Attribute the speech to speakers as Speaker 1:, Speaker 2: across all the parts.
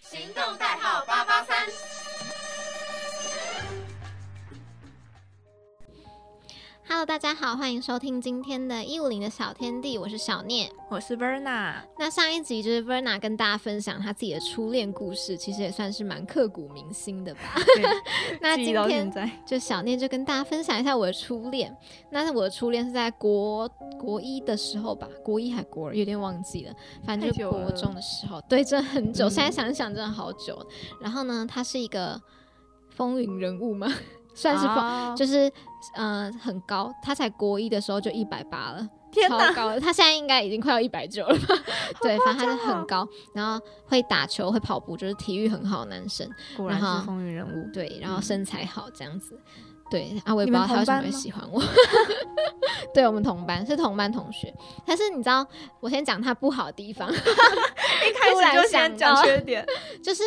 Speaker 1: 行动代号八八三。
Speaker 2: Hello，大家好，欢迎收听今天的《一五零的小天地》，我是小聂。
Speaker 3: 我是 Verna，
Speaker 2: 那上一集就是 Verna 跟大家分享她自己的初恋故事，其实也算是蛮刻骨铭心的吧。 那
Speaker 3: 记
Speaker 2: 今
Speaker 3: 到现
Speaker 2: 天
Speaker 3: 在，
Speaker 2: 就小聂就跟大家分享一下我的初恋。那我的初恋是在国国一的时候吧，国一还国二，有点忘记了，反正
Speaker 3: 太
Speaker 2: 就
Speaker 3: 久
Speaker 2: 国
Speaker 3: 了
Speaker 2: 中的时候，对，真的很久，
Speaker 3: 嗯
Speaker 2: 现在想一想真的好久。然后呢，他是一个风云人物嘛， 算是风，
Speaker 3: 哦
Speaker 2: 就是呃很高，他才国一的时候就一百八了。
Speaker 3: 天
Speaker 2: 超
Speaker 3: 哪，
Speaker 2: 高的，他现在应该已经快要一百九了 吧？对，反正
Speaker 3: 哦
Speaker 2: 他是很高，然后会打球、会跑步，就是体育很好的男生。
Speaker 3: 果然
Speaker 2: 然后
Speaker 3: 是风云人物。
Speaker 2: 对，然后
Speaker 3: 嗯
Speaker 2: 身材好这样子。对，啊，我也不
Speaker 3: 你
Speaker 2: 知
Speaker 3: 们
Speaker 2: 道他为什么
Speaker 3: 同
Speaker 2: 会
Speaker 3: 班吗
Speaker 2: 喜欢我。 对，我们同班是同班同学，但是你知道，我先讲他不好的地方，
Speaker 3: 一开
Speaker 2: 突然
Speaker 3: 始就先
Speaker 2: 想
Speaker 3: 讲
Speaker 2: 到
Speaker 3: 缺 点，
Speaker 2: 就是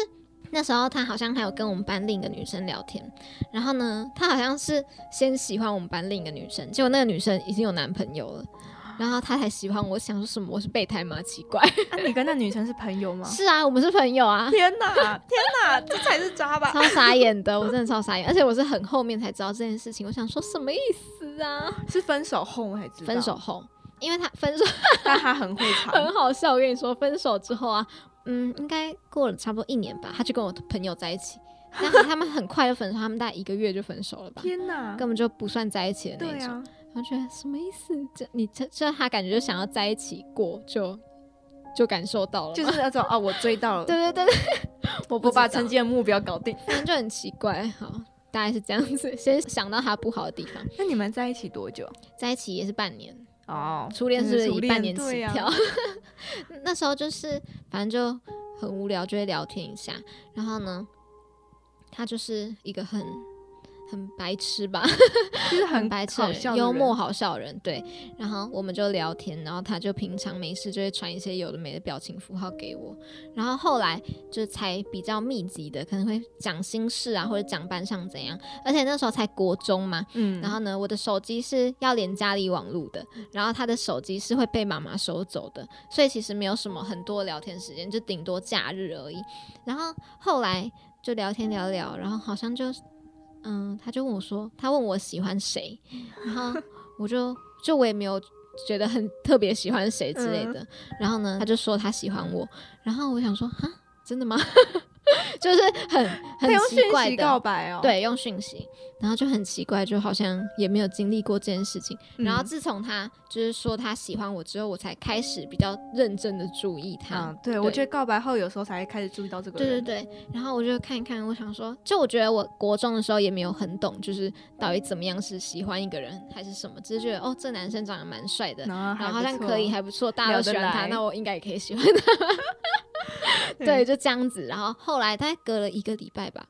Speaker 2: 那时候他好像还有跟我们班另一个女生聊天，然后呢，他好像是先喜欢我们班另一个女生，结果那个女生已经有男朋友了，然后他才喜欢我，想说什么我是备胎吗？奇怪。
Speaker 3: 那啊你跟那女生是朋友吗？
Speaker 2: 是啊，我们是朋友啊，
Speaker 3: 天哪，天哪，这才是渣吧？
Speaker 2: 超傻眼的，我真的超傻眼，而且我是很后面才知道这件事情，我想说什么意思啊？
Speaker 3: 是分手后我才知道，
Speaker 2: 分手，后，因为他分手
Speaker 3: 但他很会藏
Speaker 2: 很， 好笑，我跟你说，分手之后啊，嗯，应该过了差不多一年吧，他就跟我朋友在一起，但是他们很快就分手，他们大概一个月就分手了吧。
Speaker 3: 天哪，
Speaker 2: 根本就不算在一起的那
Speaker 3: 啊对
Speaker 2: 一种，
Speaker 3: 啊，
Speaker 2: 我觉得什么意思？这你这这他感觉就想要在一起过，就就感受到了嘛，
Speaker 3: 就是那种哦，我追到了，
Speaker 2: 对对对对， 我不
Speaker 3: 我把
Speaker 2: 知道
Speaker 3: 成绩的目标搞定。
Speaker 2: 反正就很奇怪。好，大概是这样子。先想到他不好的地方，
Speaker 3: 那你们在一起多久？
Speaker 2: 在一起也是半年，
Speaker 3: 哦，
Speaker 2: 初恋是不是
Speaker 3: 初
Speaker 2: 以
Speaker 3: 恋
Speaker 2: 半年起
Speaker 3: 对啊
Speaker 2: 跳？ 那时候就是反正就很无聊，就会聊天一下。然后呢，他就是一个很很白痴吧，
Speaker 3: 就是很
Speaker 2: 白痴的
Speaker 3: 好
Speaker 2: 人
Speaker 3: 笑，
Speaker 2: 幽默。好笑的人，对。然后我们就聊天，然后他就平常没事就会传一些有的没的表情符号给我，然后后来就才比较密集的，可能会讲心事啊，或者讲班上怎样。而且那时候才国中嘛，
Speaker 3: 嗯，
Speaker 2: 然后呢，我的手机是要连家里网路的，然后他的手机是会被妈妈收走的，所以其实没有什么很多聊天时间，就顶多假日而已。然后后来就聊天聊聊，然后好像就，嗯，他就问我说，他问我喜欢谁，然后我就就我也没有觉得很特别喜欢谁之
Speaker 3: 嗯
Speaker 2: 类的，然后呢，他就说他喜欢我，然后我想说，哈，真的吗？ 就是很
Speaker 3: 他
Speaker 2: 很
Speaker 3: 用
Speaker 2: 奇
Speaker 3: 讯
Speaker 2: 怪
Speaker 3: 息
Speaker 2: 的
Speaker 3: 告白哦，，
Speaker 2: 对，用讯息，然后就很奇怪，就好像也没有经历过这件事情。
Speaker 3: 嗯
Speaker 2: 然后自从他就是说他喜欢我之后，我才开始比较认真的注意他。
Speaker 3: 嗯，对，我觉得告白后有时候才会开始注意到这个
Speaker 2: 对对
Speaker 3: 人，
Speaker 2: 对，然后我就看一看，我想说，就我觉得我国中的时候也没有很懂，就是到底怎么样是喜欢一个人还是什么，只是觉得哦，这男生长得蛮帅的，
Speaker 3: 然后
Speaker 2: 然
Speaker 3: 还
Speaker 2: 后好像
Speaker 3: 不
Speaker 2: 可以，
Speaker 3: 错
Speaker 2: 还不错，大家都
Speaker 3: 聊
Speaker 2: 喜
Speaker 3: 得
Speaker 2: 欢他，
Speaker 3: 来
Speaker 2: 那我应该也可以喜欢他。对，，就这样子。然后后来大概隔了一个礼拜吧，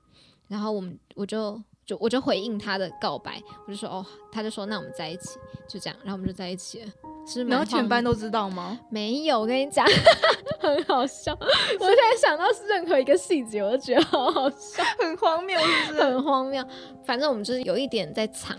Speaker 2: 然后我们我就就我就回应他的告白，我就说哦，他就说那我们在一起，就这样，然后我们就在一起了。是不是蛮
Speaker 3: 然后全
Speaker 2: 荒
Speaker 3: 班
Speaker 2: 谬
Speaker 3: 都知道吗？
Speaker 2: 没有，我跟你讲，很好笑。我现在想到任何一个细节，我都觉得好好笑，
Speaker 3: 很荒谬，是不
Speaker 2: 很荒谬。反正我们就是有一点在藏，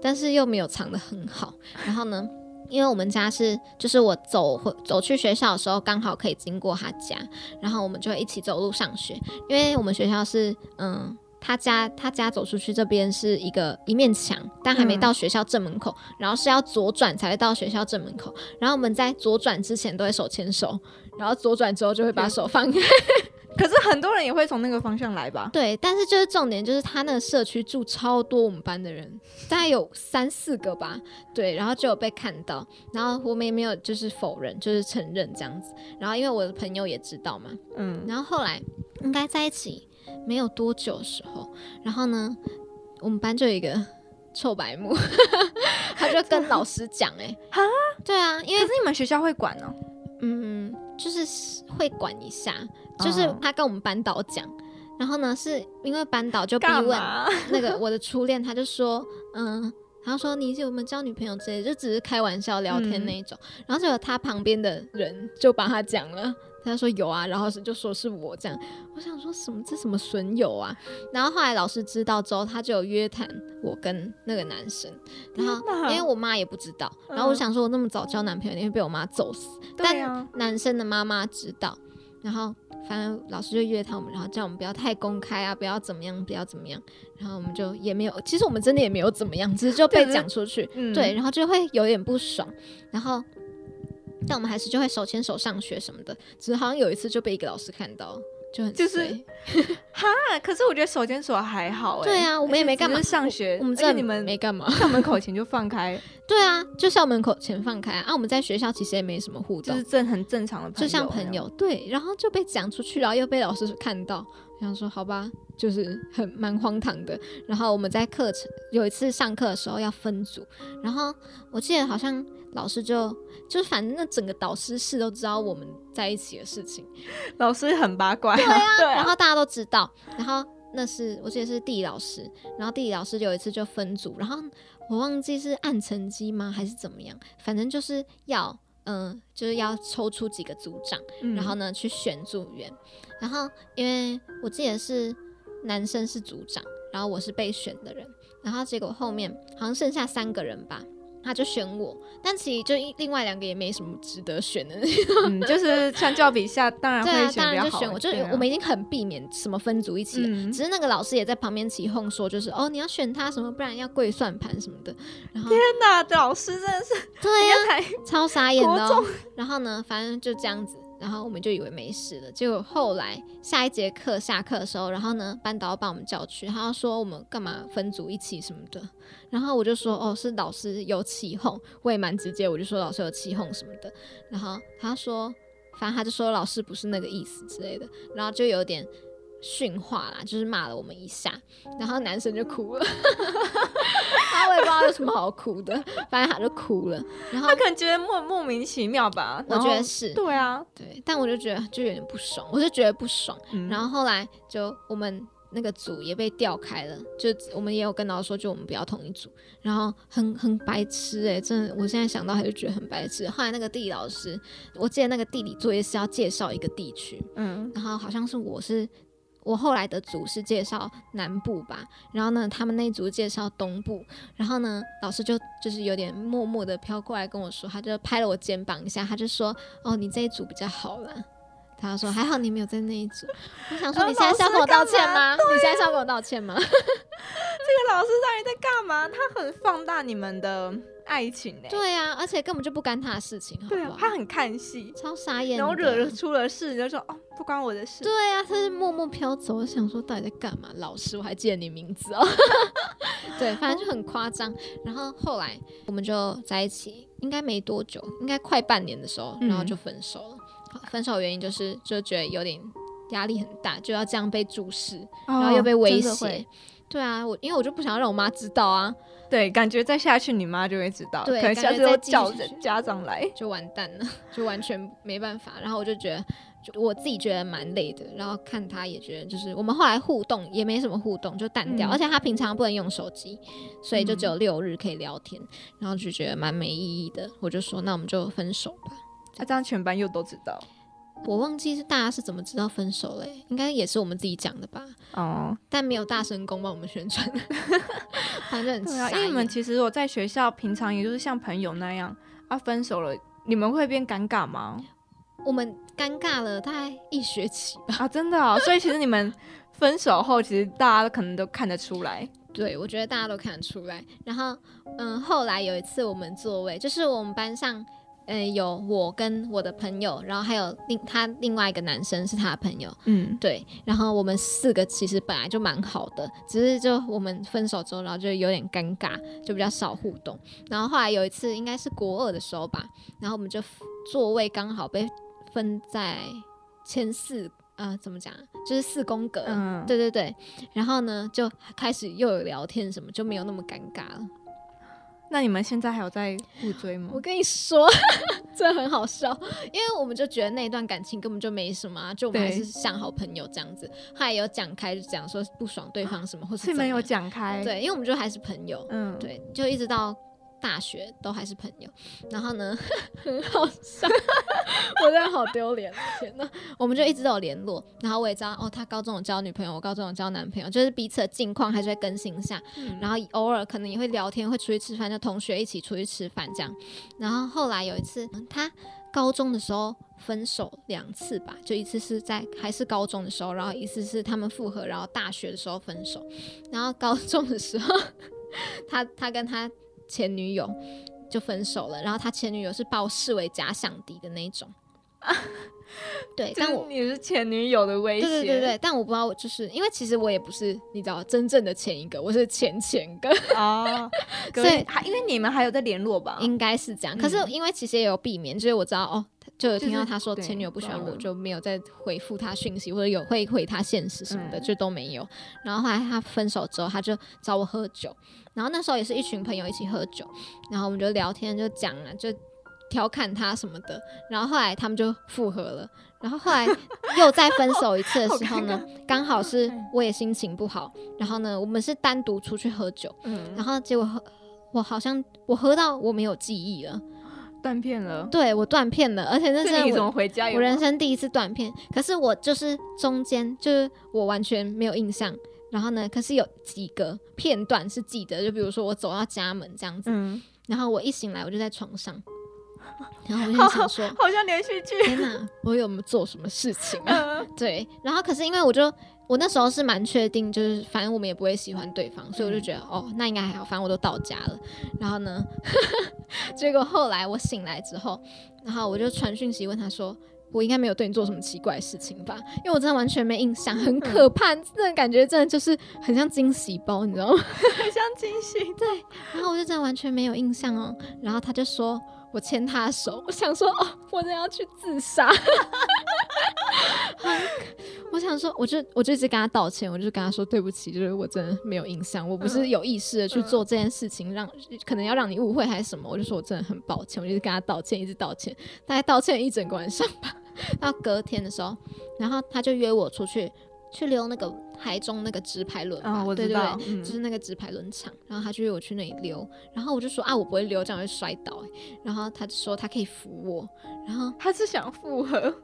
Speaker 2: 但是又没有藏得很好。然后呢，因为我们家是，就是我走回走去学校的时候，刚好可以经过他家，然后我们就会一起走路上学。因为我们学校是，嗯，他家他家走出去这边是一个一面墙，但还没
Speaker 3: 嗯
Speaker 2: 到学校正门口，然后是要左转才会到学校正门口。然后我们在左转之前都会手牵手，然后左转之后就会把手放开。
Speaker 3: 可是很多人也会从那个方向来吧？
Speaker 2: 对，但是就是重点就是他那个社区住超多我们班的人，大概有三四个吧。对，然后就有被看到，然后我们也没有就是否认，就是承认这样子。然后因为我的朋友也知道嘛，
Speaker 3: 嗯，
Speaker 2: 然后后来应该在一起没有多久的时候，然后呢，我们班就有一个臭白目， 他就跟老师讲、欸，
Speaker 3: 哈
Speaker 2: 哎，对啊，因为
Speaker 3: 可是你们学校会管哦，
Speaker 2: 嗯，就是会管一下，就是
Speaker 3: 哦
Speaker 2: 他跟我们班导讲，然后呢，是因为班导就逼
Speaker 3: 干
Speaker 2: 问
Speaker 3: 嘛？
Speaker 2: 那个我的初恋，他就说，嗯，他说你有没有交女朋友之类的，就只是开玩笑聊
Speaker 3: 嗯
Speaker 2: 天那一种。然后结果他旁边的人就把他讲了，他就说有啊，然后是就说是我这样。我想说什么这什么损友啊？然后后来老师知道之后，他就有约谈我跟那个男生，然后
Speaker 3: 天哪
Speaker 2: 因为我妈也不知道，然后我
Speaker 3: 嗯
Speaker 2: 想说我那么早交男朋友，一定会被我妈揍死。
Speaker 3: 对啊，
Speaker 2: 男生的妈妈知道，然后反正老师就约谈我们，然后叫我们不要太公开啊，不要怎么样，不要怎么样。然后我们就也没有，其实我们真的也没有怎么样，只是就被
Speaker 3: 对
Speaker 2: 讲出去。
Speaker 3: 嗯
Speaker 2: 对，，然后就会有点不爽，然后但我们还是就会手牵手上学什么的，只是好像有一次就被一个老师看到，就很
Speaker 3: 就是
Speaker 2: 衰
Speaker 3: 啊，可是我觉得手牵手还好哎、
Speaker 2: 对啊我们也没干嘛
Speaker 3: 而且只是上学，
Speaker 2: 我们
Speaker 3: 而
Speaker 2: 这
Speaker 3: 且你们
Speaker 2: 没干嘛，
Speaker 3: 校门口前就 放开，
Speaker 2: 对啊，就校门口前放开啊，啊我们在学校其实也没什么互
Speaker 3: 就
Speaker 2: 动，
Speaker 3: 是正很正常的朋友，
Speaker 2: 就像朋。友对，然后就被讲出去，然后又被老师看到，想说好吧，就是很蛮荒唐的。然后我们在课程有一次上课的时候要分组，然后我记得好像老师就就是反正那整个导师室都知道我们在一起的事情，
Speaker 3: 老师很八 卦，对啊，
Speaker 2: 然后大家都知道，然后那是我记得是地理老师，然后地理老师有一次就分组，然后我忘记是按成绩吗还是怎么样，反正就是要嗯、呃就是要抽出几个组长。
Speaker 3: 嗯
Speaker 2: 然后呢去选组员，然后因为我记得是男生是组长，然后我是被选的人，然后结果后面好像剩下三个人吧，他就选我，但其实就一另外两个也没什么值得选的，对
Speaker 3: 嗯，就是相较比下，当然
Speaker 2: 啊
Speaker 3: 会，选
Speaker 2: 当
Speaker 3: 比较
Speaker 2: 然就
Speaker 3: 好玩，
Speaker 2: 选我，就
Speaker 3: 对
Speaker 2: 是
Speaker 3: 啊
Speaker 2: 我们已经很避免什么分组一起了。
Speaker 3: 嗯
Speaker 2: 只是那个老师也在旁边起哄说，就是哦，你要选他什么，不然要跪算盘什么的。啊然后
Speaker 3: 天哪，老师真的是
Speaker 2: 对呀、啊
Speaker 3: 才
Speaker 2: 超傻眼的、哦
Speaker 3: 国。
Speaker 2: 然后呢，反正就这样子，然后我们就以为没事了。结果后来下一节课下课的时候，然后呢，班导把我们叫去，他要说我们干嘛分组一起什么的。然后我就说哦，是老师有起哄，我也蛮直接，我就说老师有起哄什么的。然后他说，反正他就说老师不是那个意思之类的，然后就有点。训话啦，就是骂了我们一下，然后男生就哭了， 他我也不知道有什么好哭的，反正他就哭了。然后
Speaker 3: 他可能觉得莫莫名其妙吧，
Speaker 2: 我
Speaker 3: 然
Speaker 2: 觉
Speaker 3: 后
Speaker 2: 得是
Speaker 3: 对啊，
Speaker 2: 对，但我就觉得就有点不爽，我就觉得不爽。
Speaker 3: 嗯
Speaker 2: 然后后来就我们那个组也被调开了，就我们也有跟老师说，就我们不要同一组。然后很很白痴诶、真的，我现在想到还是觉得很白痴。后来那个地理老师，我记得那个地理作业是要介绍一个地区，
Speaker 3: 嗯，
Speaker 2: 然后好像是我是我后来的组是介绍南部吧，然后呢，他们那一组介绍东部，然后呢，老师就就是有点默默的飘过来跟我说，他就拍了我肩膀一下，他就说：“哦，你这一组比较好啦。”他说：“还好你没有在那一组。”我想说：“
Speaker 3: 啊
Speaker 2: 你现在是要跟我
Speaker 3: 老师干
Speaker 2: 道
Speaker 3: 嘛
Speaker 2: 歉吗？你现在是要跟我道歉 吗
Speaker 3: 啊这个老师到底在干嘛？他很放大你们的爱情呢、？”
Speaker 2: 对啊，而且根本就不干他的事情，好不
Speaker 3: 对啊
Speaker 2: 好，？
Speaker 3: 他很看戏，
Speaker 2: 超傻眼的，
Speaker 3: 然后惹了出了事，你就说哦，不关我的
Speaker 2: 啊
Speaker 3: 事。
Speaker 2: 对啊，他是默默飘走。我想说，到底在干嘛？老师，我还记得你名字哦。 对，反正就
Speaker 3: 哦
Speaker 2: 很夸张。然后后来我们就在一起，应该没多久，应该快半年的时候，
Speaker 3: 嗯
Speaker 2: 然后就分手了。分手的原因就是就觉得有点压力很大，就要这样被注视，然后又被威
Speaker 3: 哦真的
Speaker 2: 胁。
Speaker 3: 会
Speaker 2: 对啊，我因为我就不想要让我妈知道啊，
Speaker 3: 对，感觉再下去你妈就会知道，
Speaker 2: 对
Speaker 3: 可能下
Speaker 2: 感
Speaker 3: 次
Speaker 2: 觉再
Speaker 3: 又
Speaker 2: 继续
Speaker 3: 叫人家长来。
Speaker 2: 就完蛋了， 就完全没办法。然后我就觉得，就我自己觉得蛮累的，然后看他也觉得，就是我们后来互动也没什么互动，就淡掉。
Speaker 3: 嗯
Speaker 2: 而且他平常不能用手机，所以就只有六日可以聊天，然后就觉得蛮没意义的。我就说，那我们就分手吧。
Speaker 3: 那、啊这样全班又都知道
Speaker 2: 我忘记是大家是怎么知道分手嘞、欸应该也是我们自己讲的吧，
Speaker 3: 哦。
Speaker 2: 但没有大神公帮我们宣传， 反正很
Speaker 3: 对啊，
Speaker 2: 傻
Speaker 3: 因为你们
Speaker 2: 眼
Speaker 3: 其实我在学校平常也就是像朋友那样啊，分手了你们会变尴 尬吗？
Speaker 2: 我们尴尬了大概一学期吧。
Speaker 3: 啊，真的、哦，所以其实你们分手后，其实大家可能都看得出来。
Speaker 2: 对，我觉得大家都看得出来。然后，嗯，后来有一次我们座位，就是我们班上，呃，有我跟我的朋友，然后还有另他另外一个男生是他的朋友，
Speaker 3: 嗯，
Speaker 2: 对。然后我们四个其实本来就蛮好的，只是就我们分手之后，然后就有点尴尬，就比较少互动。然后后来有一次应该是国二的时候吧，然后我们就座位刚好被分在前四，呃，怎么讲啊，就是四宫格，
Speaker 3: 嗯
Speaker 2: 对对对，然后呢，就开始又有聊天什么，就没有那么尴尬了。
Speaker 3: 那你们现在还有在互追吗
Speaker 2: 我？跟你说， 真的很好笑，因为我们就觉得那一段感情根本就没什么、啊，就我们还
Speaker 3: 对
Speaker 2: 是像好朋友这样子。他也有讲开，就讲说不爽对方什么，或是
Speaker 3: 是
Speaker 2: 怎么
Speaker 3: 没有
Speaker 2: 样
Speaker 3: 讲开。，
Speaker 2: 对，因为我们就还是朋友，
Speaker 3: 嗯，
Speaker 2: 对，就一直到大学都还是朋友。然后呢，很好笑， 我真的好丢脸，哦天呐，我们就一直都有联络，然后我也知道，哦，他高中有交女朋友，我高中有交男朋友，就是彼此的近况还是会更新一下，
Speaker 3: 嗯
Speaker 2: 然后偶尔可能也会聊天，会出去吃饭，就同学一起出去吃饭这样。然后后来有一次，嗯他高中的时候分手两次吧，就一次是在还是高中的时候，然后一次是他们复合，然后大学的时候分手。然后高中的时候， 他他跟他前女友就分手了，然后他前女友是把我视为假想敌的那一种。对，
Speaker 3: 就
Speaker 2: 但
Speaker 3: 是
Speaker 2: 我
Speaker 3: 你是前女友的威胁，
Speaker 2: 对对对对，但我不知道，就是因为其实我也不是你知道真正的前一个，我是前前个，
Speaker 3: 对，哦，
Speaker 2: 所
Speaker 3: 所
Speaker 2: 以
Speaker 3: 以嗯还因为你们还有在联络吧？
Speaker 2: 应该是这样。可是因为其实也有避免，就是我知道哦，他就有听到他说
Speaker 3: 就是对
Speaker 2: 前女友不喜欢
Speaker 3: 懂
Speaker 2: 我，
Speaker 3: 了
Speaker 2: 就没有再回复他讯息，或者有会回他现实什么的，
Speaker 3: 嗯
Speaker 2: 就都没有。然后后来他分手之后，他就找我喝酒，然后那时候也是一群朋友一起喝酒，然后我们就聊天，就讲啊，就调侃他什么的。然后后来他们就复合了。然后后来又再分手一次的时候 呢，刚好是我也心情不好，然后呢，我们是单独出去喝酒，
Speaker 3: 嗯，
Speaker 2: 然后结果喝，我好像我喝到我没有记忆了，
Speaker 3: 断片了。
Speaker 2: 对我断片了，而且那
Speaker 3: 是
Speaker 2: 是
Speaker 3: 你怎么
Speaker 2: 我
Speaker 3: 回家？
Speaker 2: 我人生第一次断片。可是我就是中间就是我完全没有印象，然后呢，可是有几个片段是记得，就比如说我走到家门这样子，
Speaker 3: 嗯，，
Speaker 2: 然后我一醒来我就在床上，然后我就想说
Speaker 3: 好像连续剧。
Speaker 2: 天哪，我有没有做什么事情啊？
Speaker 3: 嗯
Speaker 2: 对，然后可是因为我就我那时候是蛮确定，就是反正我们也不会喜欢对方，所以我就觉得、哦，那应该还好，反正我都到家了。然后呢， 结果后来我醒来之后，然后我就传讯息问他说。我应该没有对你做什么奇怪的事情吧？因为我真的完全没印象，很可怕，那种感觉真的就是很像惊喜包，你知道吗？
Speaker 3: 很像惊喜。
Speaker 2: 然后我就真的完全没有印象哦。然后他就说我牵他的手，我想说哦，我真的要去自杀。 很我想说，我就我就一直跟他道歉，我就跟他说对不起，就是我真的没有印象，我不是有意识的去做这件事情，让可能要让你误会还是什么，我就说我真的很抱歉，我就一直跟他道歉，一直道歉，大概道歉一整个晚上吧。到隔天的时候，然后他就约我出去去溜那个台中那个直排轮吧，
Speaker 3: 啊，我
Speaker 2: 对对
Speaker 3: 知
Speaker 2: 对
Speaker 3: 道，，嗯
Speaker 2: 就是那个直排轮场，然后他就约我去那里溜，然后我就说啊，我不会溜，这样会摔倒、欸。然后他就说他可以扶我，然后
Speaker 3: 他是想复合。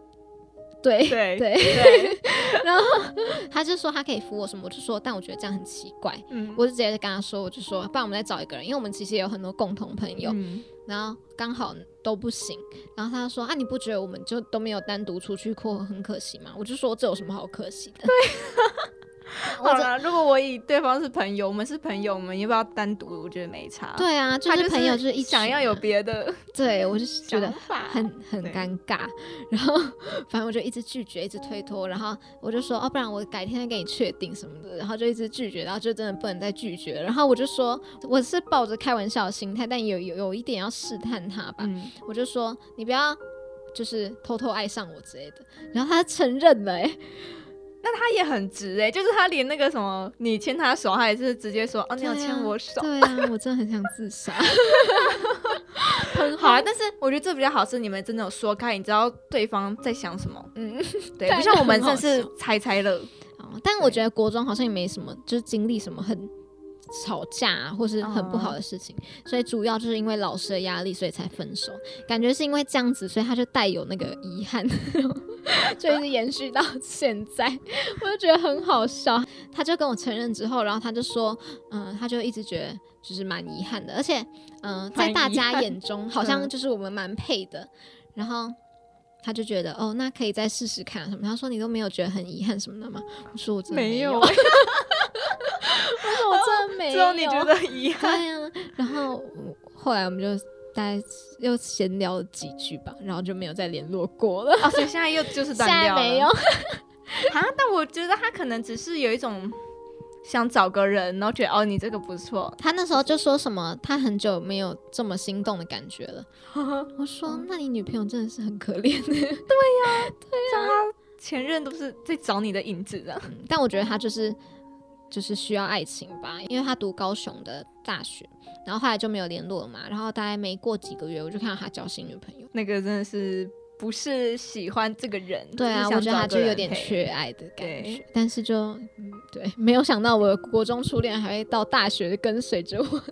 Speaker 2: 对
Speaker 3: 对
Speaker 2: 对，
Speaker 3: 对，
Speaker 2: 然后他就说他可以扶我什么，我就说但我觉得这样很奇怪，
Speaker 3: 嗯
Speaker 2: 我就直接跟他说，我就说不然我们再找一个人，因为我们其实也有很多共同朋友，
Speaker 3: 嗯
Speaker 2: 然后刚好都不行，然后他就说啊，你不觉得我们就都没有单独出去过很可惜吗？我就说这有什么好可惜的？对，
Speaker 3: 好啦，如果我以对方是朋友，我们是朋友，我们要不要单独？我觉得没差。，
Speaker 2: 对啊，就
Speaker 3: 他
Speaker 2: 是
Speaker 3: 是
Speaker 2: 朋友就是一
Speaker 3: 想
Speaker 2: 群
Speaker 3: 要有
Speaker 2: 啊
Speaker 3: 别的
Speaker 2: 对我就是觉得
Speaker 3: 想法，
Speaker 2: 很很
Speaker 3: 对
Speaker 2: 尴尬，然后反正我就一直拒绝，一直推脱，然后我就说，哦，不然我改天再给你确定什么的，然后就一直拒绝，然后就真的不能再拒绝了，然后我就说我是抱着开玩笑的心态，但有有有一点要试探他吧，
Speaker 3: 嗯，
Speaker 2: 我就说你不要就是偷偷爱上我之类的，然后他承认了、欸，
Speaker 3: 那他也很直哎、就是他连那个什么，你牵他手，他也是直接说哦，你有
Speaker 2: 对啊
Speaker 3: 牵我手。
Speaker 2: 对啊，我真的很想自杀，
Speaker 3: 很好啊，但是我觉得这比较好，是你们真的有说开，你知道对方在想什么，
Speaker 2: 嗯。
Speaker 3: 对，
Speaker 2: 对
Speaker 3: 不像我们
Speaker 2: 很好
Speaker 3: 真是猜猜乐，
Speaker 2: 哦，但我
Speaker 3: 对
Speaker 2: 觉得国中好像也没什么，就是经历什么很吵架、啊、或是很不
Speaker 3: 嗯
Speaker 2: 好的事情，所以主要就是因为老师的压力，所以才分手。感觉是因为这样子，所以他就带有那个遗憾， 就一直延续到现在，我就觉得很好笑。他就跟我承认之后，然后他就说，嗯、他就一直觉得就是蛮遗憾的，而且，嗯、在大
Speaker 3: 蛮遗
Speaker 2: 家
Speaker 3: 憾
Speaker 2: 眼中好像
Speaker 3: 嗯
Speaker 2: 就是我们蛮配的，然后。他就觉得哦，那可以再试试看啊什么。他说你都没有觉得很遗憾什么的吗？我说我真的没
Speaker 3: 有，
Speaker 2: 我说我真 的没有。
Speaker 3: 只有你觉得遗憾。
Speaker 2: 对呀、然后我后来我们就大概又闲聊了几句吧，然后就没有再联络过了。
Speaker 3: 哦，所以现在又就是
Speaker 2: 现
Speaker 3: 断
Speaker 2: 在
Speaker 3: 掉了。
Speaker 2: 没有，
Speaker 3: 啊，但我觉得他可能只是有一种想找个人，然后觉得哦，你这个不 错，
Speaker 2: 他那时候就说什么他很久没有这么心动的感觉了。我说
Speaker 3: 嗯
Speaker 2: 那你女朋友真的是很可怜的、
Speaker 3: 前任都是在找你的影子啊。
Speaker 2: 嗯但我觉得他就是就是需要爱情吧，因为他读高雄的大学，然后后来就没有联络了嘛。然后大概没过几个月，我就看到他交新女朋友。
Speaker 3: 那个真的是不是喜欢这个人？
Speaker 2: 对啊，
Speaker 3: 只
Speaker 2: 我
Speaker 3: 是想
Speaker 2: 觉得他
Speaker 3: 找
Speaker 2: 就
Speaker 3: 个人
Speaker 2: 有点
Speaker 3: 陪。
Speaker 2: 缺爱的感觉
Speaker 3: 对，
Speaker 2: 但是就、嗯、对，没有想到我的国中初恋还会到大学跟随着我，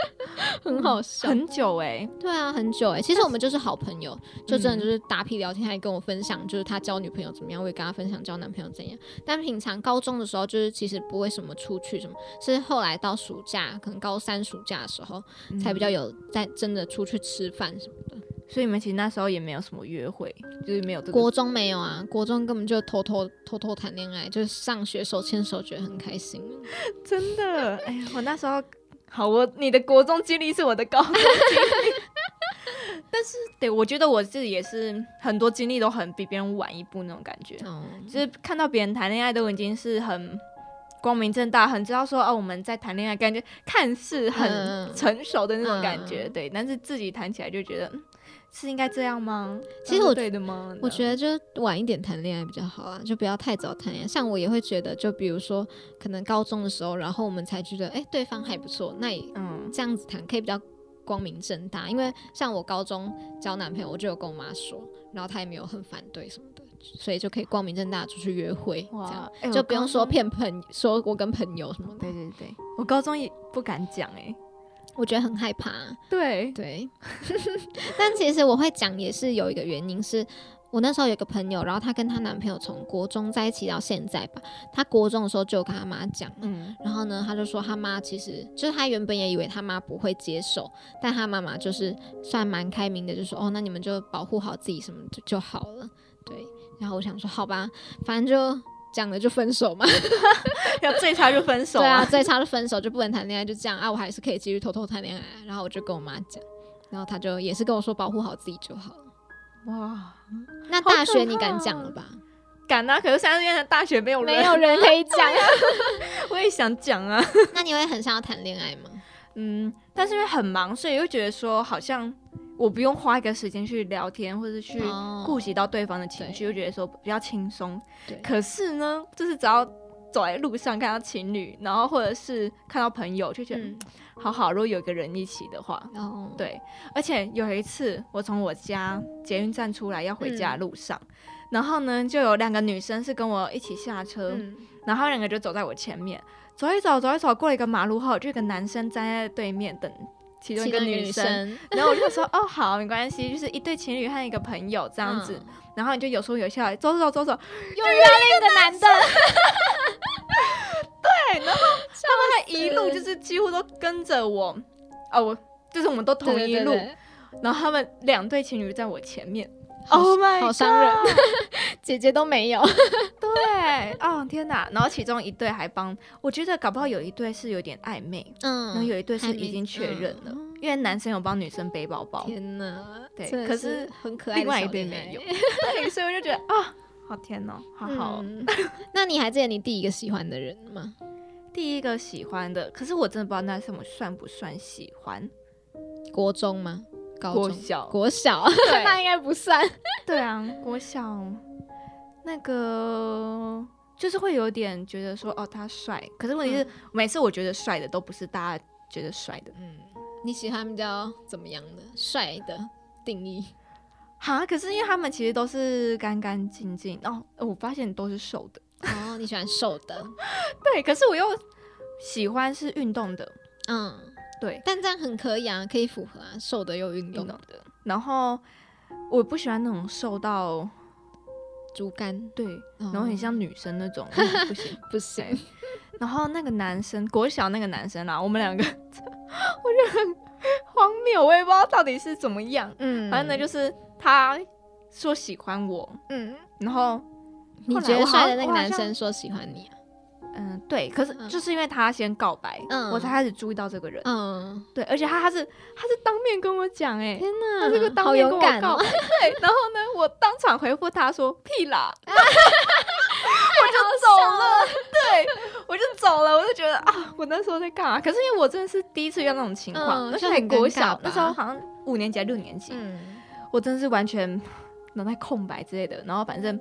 Speaker 2: 很好笑。
Speaker 3: 很久哎、
Speaker 2: 对啊，很久哎、其实我们就是好朋友，就真的就是打屁聊天，还跟我分享就是他交女朋友怎么样，我也跟他分享交男朋友怎样。但平常高中的时候，就是其实不会什么出去什么，是后来到
Speaker 3: 嗯
Speaker 2: 暑假，可能高三暑假的时候才比较有在真的出去吃饭什么的。
Speaker 3: 所以你们其实那时候也没有什么约会，就是没有这
Speaker 2: 国
Speaker 3: 个。
Speaker 2: 中没有啊，国中根本就偷偷偷偷谈恋爱，就是上学手牵手，觉得很开心。
Speaker 3: 真的， 哎呀，我那时候好，我你的国中经历是我的高中经历， 但是对我觉得我自己也是很多经历都很比别人晚一步那种感觉。
Speaker 2: 哦，
Speaker 3: 就是看到别人谈恋爱都已经是很光明正大，很知道说哦我们在谈恋爱，感觉看似
Speaker 2: 嗯
Speaker 3: 很成熟的那种感觉，
Speaker 2: 嗯
Speaker 3: 对。但是自己谈起来就觉得嗯是应该这样吗？
Speaker 2: 其实我
Speaker 3: 这样是对的吗？
Speaker 2: 我觉得就晚一点谈恋爱比较好啊，就不要太早谈恋爱。像我也会觉得，就比如说可能高中的时候，然后我们才觉得，哎、对方还不错，那也
Speaker 3: 嗯
Speaker 2: 这样子谈可以比较光明正大。因为像我高中交男朋友，我就有跟我妈说，然后她也没有很反对什么的，所以就可以光明正大地出去约会，这样
Speaker 3: 哇，哎
Speaker 2: 就不用说。
Speaker 3: 我高中
Speaker 2: 骗朋说我跟朋友什么的，
Speaker 3: 对对对，我高中也不敢讲哎、
Speaker 2: 我觉得很害怕、啊
Speaker 3: 对，
Speaker 2: 对，但其实我会讲也是有一个原因是。我那时候有一个朋友，然后她跟她男朋友从国中在一起到现在吧。她国中的时候就有跟她妈讲，
Speaker 3: 嗯，
Speaker 2: 然后呢，她就说她妈其实就是她原本也以为她妈不会接受，但她妈妈就是算蛮开明的，就说哦，那你们就保护好自己什么就就好了。对，然后我想说好吧，反正就讲了就分手嘛。
Speaker 3: 要最差就分手
Speaker 2: 对啊，，最差就分手，就不能谈恋爱，就这样啊，我还是可以继续偷偷谈恋爱。然后我就跟我妈讲，然后她就也是跟我说保护好自己就好了。
Speaker 3: 哇，
Speaker 2: 那
Speaker 3: 好可
Speaker 2: 大学你
Speaker 3: 怕
Speaker 2: 敢
Speaker 3: 哦
Speaker 2: 讲了吧？
Speaker 3: 敢啊！可是现在变成大学没有人，
Speaker 2: 没有，人可以讲。啊
Speaker 3: 我也想讲啊。
Speaker 2: 那你会很想要谈恋爱吗？
Speaker 3: 嗯，但是因为很忙，所以又觉得说好像我不用花一个时间去聊天，或者去
Speaker 2: 哦
Speaker 3: 顾及到嗯对方的情绪，又觉得说比较轻松。
Speaker 2: 对
Speaker 3: 可是呢，就是只要走在路上看到情侣，然后或者是看到朋友，就觉得、
Speaker 2: 嗯，
Speaker 3: 好好，如果有一个人一起的话。
Speaker 2: 然后
Speaker 3: 对，而且有一次我从我家捷运站出来要回
Speaker 2: 嗯
Speaker 3: 家的路上，然后呢就有两个女生是跟我一起下车，
Speaker 2: 嗯，
Speaker 3: 然后他们两个就走在我前面，走一走，走一走，过了一个马路后，就有一个男生站在对面等其中一
Speaker 2: 其
Speaker 3: 个
Speaker 2: 中
Speaker 3: 女
Speaker 2: 女
Speaker 3: 生。然后我就说，哦，好，没关系，就是一对情侣和一个朋友这
Speaker 2: 这
Speaker 3: 样子。然后你就有说有笑，走走走走，
Speaker 2: 又遇到另一个男的，
Speaker 3: 他一
Speaker 2: 嗯
Speaker 3: 路就是几乎都跟着我，哦，我就是我们都同
Speaker 2: 对
Speaker 3: 一
Speaker 2: 对
Speaker 3: 路。
Speaker 2: 对
Speaker 3: 然后他们两对情侣在我前面
Speaker 2: 好
Speaker 3: ，Oh my，
Speaker 2: 好
Speaker 3: god
Speaker 2: 伤人，姐姐都没有。
Speaker 3: 对，哦天哪！然后其中一对还帮，我觉得搞不好有一对是有点暧昧，
Speaker 2: 嗯
Speaker 3: 然后有一对
Speaker 2: 还
Speaker 3: 是
Speaker 2: 没
Speaker 3: 已经确认了，
Speaker 2: 嗯
Speaker 3: 因为男生有帮女生背包包，
Speaker 2: 天哪，
Speaker 3: 对
Speaker 2: 真的
Speaker 3: 可
Speaker 2: 是
Speaker 3: 是
Speaker 2: 很哦可爱的
Speaker 3: 另外一
Speaker 2: 小
Speaker 3: 对
Speaker 2: 恋爱
Speaker 3: 没有，对，所以我就觉得啊，好甜哦，好好哦。
Speaker 2: 嗯 那你还记得你第一个喜欢的人吗？
Speaker 3: 第一个喜欢的，可是我真的不知道那什么算不算喜欢，
Speaker 2: 国中吗？高
Speaker 3: 国
Speaker 2: 中？
Speaker 3: 小，
Speaker 2: 国 小？
Speaker 3: 对
Speaker 2: 那应该不算。
Speaker 3: 对啊，国小那个就是会有点觉得说哦他帅，可是问题是、每次我觉得帅的都不是大家觉得帅的，
Speaker 2: 嗯，你喜欢比较怎么样的帅的定义？
Speaker 3: 哈，可是因为他们其实都是干干净净，哦，我发现都是瘦的，
Speaker 2: 哦，你喜欢瘦的，
Speaker 3: 对，可是我又喜欢是运动的，
Speaker 2: 嗯，
Speaker 3: 对，
Speaker 2: 但这样很可以啊，可以符合啊，瘦的又运
Speaker 3: 运动
Speaker 2: 动，
Speaker 3: 的，然后我不喜欢那种瘦到
Speaker 2: 竹竿，
Speaker 3: 对，
Speaker 2: 然
Speaker 3: 然后很像女生那种，嗯不行。
Speaker 2: 不行
Speaker 3: 对，然后那个男生，国小那个男生啦，我们两个，我觉 得很荒谬，我也不知道到底是怎么样。
Speaker 2: 嗯，
Speaker 3: 哎反正呢，就是是他说喜欢我，
Speaker 2: 嗯，
Speaker 3: 然后
Speaker 2: 你
Speaker 3: 后来
Speaker 2: 觉得
Speaker 3: 我好
Speaker 2: 帅
Speaker 3: 像
Speaker 2: 的那个
Speaker 3: 我好
Speaker 2: 男
Speaker 3: 像
Speaker 2: 生说喜欢你啊，
Speaker 3: 嗯、对，可是
Speaker 2: 嗯
Speaker 3: 就是因为他先告白，
Speaker 2: 嗯
Speaker 3: 我才开始注意到这个人。
Speaker 2: 嗯，
Speaker 3: 对，而且他他是他是当面跟我讲、欸，
Speaker 2: 天哪，
Speaker 3: 他这个当
Speaker 2: 好
Speaker 3: 面跟
Speaker 2: 勇
Speaker 3: 我
Speaker 2: 敢
Speaker 3: 告
Speaker 2: 哦
Speaker 3: 白，，对，然后呢，我当场回复他说屁 啦，
Speaker 2: 我
Speaker 3: 走了， 对我就走了，我就觉得啊，我那时候在干嘛？可是因为我真的是第一次遇到那种情况，
Speaker 2: 嗯
Speaker 3: 而且
Speaker 2: 就
Speaker 3: 还
Speaker 2: 很
Speaker 3: 国
Speaker 2: 尴尬
Speaker 3: 小
Speaker 2: 吧，
Speaker 3: 那时候好像五年级还六年级，
Speaker 2: 嗯，
Speaker 3: 我真的是完全脑袋空白之类的。然后反正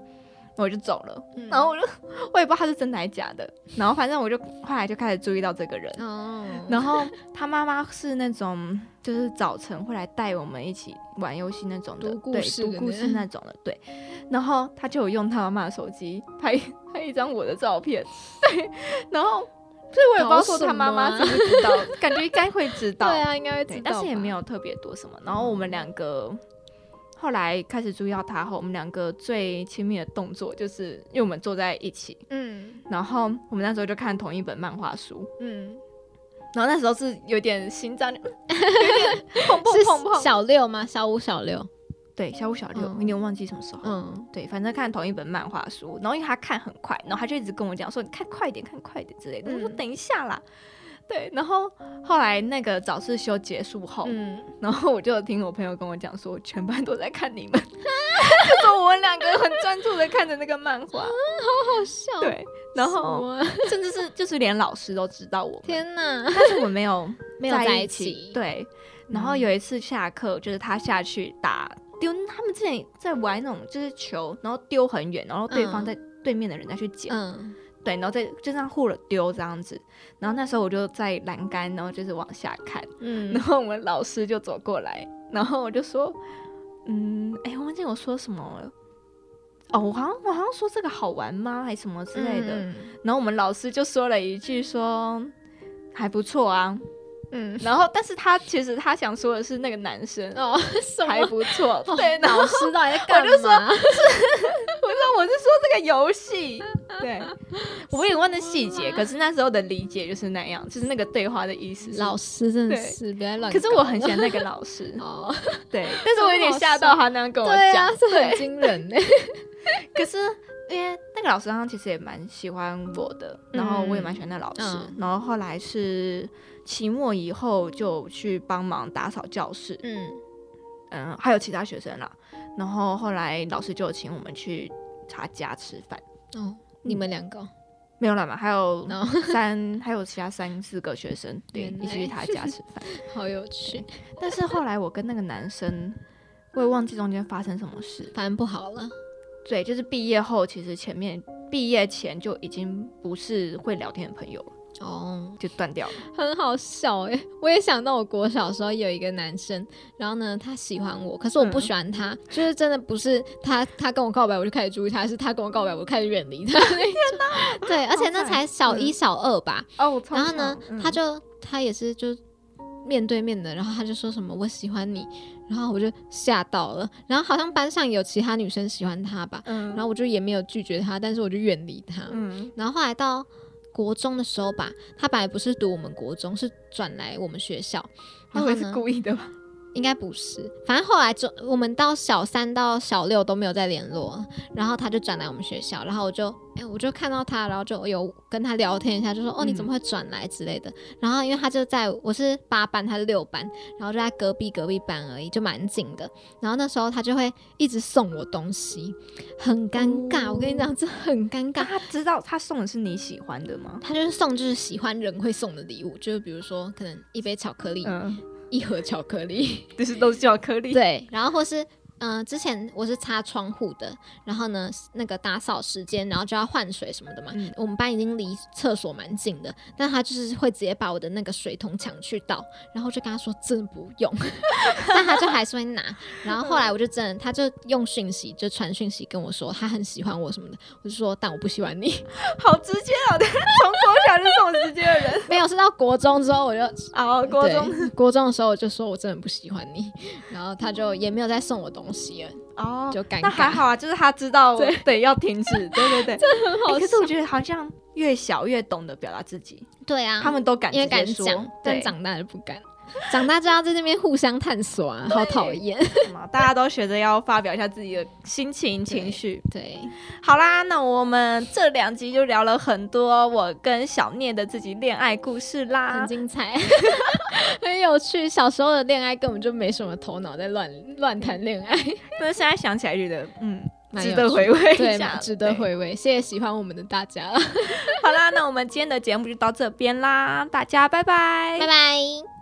Speaker 3: 我就走了，
Speaker 2: 嗯
Speaker 3: 然后我就我也不知道他是真的还是假的。然后反正我就后来就开始注意到这个人，
Speaker 2: 哦，
Speaker 3: 然后他妈妈是那种，就是早晨会来带我们一起玩游戏那种的，
Speaker 2: 读故
Speaker 3: 对
Speaker 2: 事
Speaker 3: 读
Speaker 2: 的
Speaker 3: 故
Speaker 2: 那
Speaker 3: 事那种的，对。然后他就有用他妈妈的手机拍拍一张我的照片，对。然后，所以我也不知道说他妈妈知不知道，感觉应该会知道，
Speaker 2: 啊 对啊，应该会
Speaker 3: 对
Speaker 2: 知道，
Speaker 3: 但是也没，有特别多什么。然后我们两个。后来开始注意到他后，我们两个最亲密的动作就是，因为我们坐在一起，
Speaker 2: 嗯
Speaker 3: 然后我们那时候就看同一本漫画书，
Speaker 2: 嗯，
Speaker 3: 然后 那时候是有点心脏就有点砰砰
Speaker 2: 是
Speaker 3: 砰砰，
Speaker 2: 小六吗？小五、小六，
Speaker 3: 对，小五小六，
Speaker 2: 嗯
Speaker 3: 我有点忘记什么时候。
Speaker 2: 嗯，
Speaker 3: 对，反正看同一本漫画书，然后因为他看很快，然后他就一直跟我讲说：“你看快点，看快点之类的。我说：“
Speaker 2: 嗯
Speaker 3: 等一下啦。”对，然后后来那个早自修结束后，
Speaker 2: 嗯，
Speaker 3: 然后我就有听我朋友跟我讲说，全班都在看你 们，就说我们两个很专注的看着那个漫画，
Speaker 2: 好笑。
Speaker 3: 对，然后
Speaker 2: 什 么
Speaker 3: 甚至是就是连老师都知道我们，
Speaker 2: 天哪，
Speaker 3: 但是我没有
Speaker 2: 没有在
Speaker 3: 一
Speaker 2: 一起嗯
Speaker 3: 对。然后有一次下课，就是他下去打丢，他们之前在玩那种就是球，然后丢很远，然后对方
Speaker 2: 嗯
Speaker 3: 在对面的人再去捡，
Speaker 2: 嗯
Speaker 3: 对，然后再就这样互了丢这样子。然后那时候我就在栏杆，然后就是往下看，然
Speaker 2: 嗯，
Speaker 3: 后我们老师就走过来，然后我就说，嗯，哎、我忘记我说什么了。哦，我好像我好像说这个好玩吗，还是什么之类的。
Speaker 2: 嗯
Speaker 3: 然后我们老师就说了一句说，还不错啊。
Speaker 2: 嗯，
Speaker 3: 然后，但是他其实他想说的是那个男生
Speaker 2: 嗯哦， 什
Speaker 3: 还
Speaker 2: 么？
Speaker 3: 不错，
Speaker 2: 哦
Speaker 3: 对。然后
Speaker 2: 老师到底在干嘛？
Speaker 3: 我就说我说我是说这个游戏，对， 我也忘了细节，可是那时候的理解就是那样，就是那个对话的意思 是。
Speaker 2: 老师真的
Speaker 3: 对
Speaker 2: 是不要乱搞
Speaker 3: 可
Speaker 2: 我。
Speaker 3: 是我很喜欢那个 老师，
Speaker 2: 哦，
Speaker 3: 对，但是我有点吓到他那样跟我
Speaker 2: 对
Speaker 3: 讲
Speaker 2: 啊，，这
Speaker 3: 对
Speaker 2: 很惊人呢。
Speaker 3: 可是因为那个老师他其实也蛮喜欢我的，然后我也蛮喜欢那老师，
Speaker 2: 嗯
Speaker 3: 然后后来是期末以后就去帮忙打扫教室，
Speaker 2: 嗯
Speaker 3: 嗯，还有其他学生啦，然后后来老师就请我们去他家吃饭。
Speaker 2: 哦，你们两个
Speaker 3: 没有啦嘛，还有
Speaker 2: No
Speaker 3: 三， 还有其他三四个学生，对，
Speaker 2: 原来
Speaker 3: 一起去他家吃饭。
Speaker 2: 好有趣，
Speaker 3: 但是后来我跟那个男生，我也忘记中间发生什么事。
Speaker 2: 反正不好了。
Speaker 3: 对，就是毕业后，其实前面毕业前就已经不是会聊天的朋友了，
Speaker 2: 哦，
Speaker 3: 就断掉了。
Speaker 2: 很好笑哎、 我也想到我国小的时候有一个男生，然后呢，他喜欢我，可是我不喜欢他，就是真的不是他，他跟我告白我就开始注意他，是他跟我告白我就开始远离他那种。 对，而且那才小一小二吧，
Speaker 3: 哦，我
Speaker 2: 然后呢，他就他也是就面对面的，然后他就说什么我喜欢你，然后我就吓到了，然后好像班上有其他女生喜欢他吧，
Speaker 3: 嗯，
Speaker 2: 然后我就也没有拒绝他，但是我就远离他，
Speaker 3: 嗯
Speaker 2: 然后后来到国中的时候吧，他本来不是读我们国中，是转来我们学校。
Speaker 3: 他
Speaker 2: 然
Speaker 3: 以
Speaker 2: 后
Speaker 3: 为是
Speaker 2: 呢，
Speaker 3: 故意的吧？
Speaker 2: 应该不是，反正后来就我们到小三到小六都没有再联络，然后他就转来我们学校，然后我就哎、我就看到他，然后就有跟他聊天一下，就说哦
Speaker 3: 嗯
Speaker 2: 你怎么会转来之类的。然后因为他就在我是八班，他是六班，然后就在隔壁隔壁班而已，就蛮近的。然后那时候他就会一直送我东西，很尴尬。
Speaker 3: 哦
Speaker 2: 我跟你讲，这很尴尬
Speaker 3: 那。他知道他送的是你喜欢的吗？
Speaker 2: 他就是送就是喜欢人会送的礼物，就是比如说可能一杯巧克力、
Speaker 3: 嗯，
Speaker 2: 一盒巧克 力，
Speaker 3: 就是都是巧克力。
Speaker 2: 对，然后或是。嗯、之前我是擦窗户的，然后呢，那个打扫时间，然后就要换水什么的嘛。
Speaker 3: 嗯
Speaker 2: 我们班已经离厕所蛮近的，但他就是会直接把我的那个水桶抢去倒，然后就跟他说真的不用， 但他就还是会拿。然后后来我就真的，他就用讯息就传讯息跟我说他很喜欢我什么的，我就说但我不喜欢你，
Speaker 3: 好直接啊！从国小就这种直接的 人。
Speaker 2: 没有是到国中之后我就
Speaker 3: 哦，国中
Speaker 2: 对国中的时候，我就说我真的不喜欢你， 然后他就也没有再送我东西了，
Speaker 3: 哦，
Speaker 2: 就尴尬。
Speaker 3: 那还好啊，就是他知道
Speaker 2: 对
Speaker 3: 对要停止，对对 对。这
Speaker 2: 很好
Speaker 3: 可是我觉得好像越小越懂得表达自己，
Speaker 2: 对啊，
Speaker 3: 他们都敢
Speaker 2: 因为
Speaker 3: 直接
Speaker 2: 敢
Speaker 3: 说
Speaker 2: 讲，，但
Speaker 3: 对，
Speaker 2: 长大就不敢。长大就要在那边互相探索啊，好讨 厌。
Speaker 3: 嘛大家都学着要发表一下自己的心情情绪。
Speaker 2: 对，
Speaker 3: 好啦，那我们这两集就聊了很多我跟小聂的自己恋爱故事啦
Speaker 2: 很。精彩， 很有趣。小时候的恋爱根本就没什么头脑，在乱乱谈恋爱，
Speaker 3: 但是现在想起来觉得，嗯，
Speaker 2: 蛮有
Speaker 3: 值
Speaker 2: 趣
Speaker 3: 得回味一
Speaker 2: 对，
Speaker 3: 下，哎
Speaker 2: 蛮值得
Speaker 3: 对
Speaker 2: 回味。谢谢喜欢我们的大家，
Speaker 3: 好啦，那我们今天的节目就到这边啦，大家拜拜，
Speaker 2: 拜拜。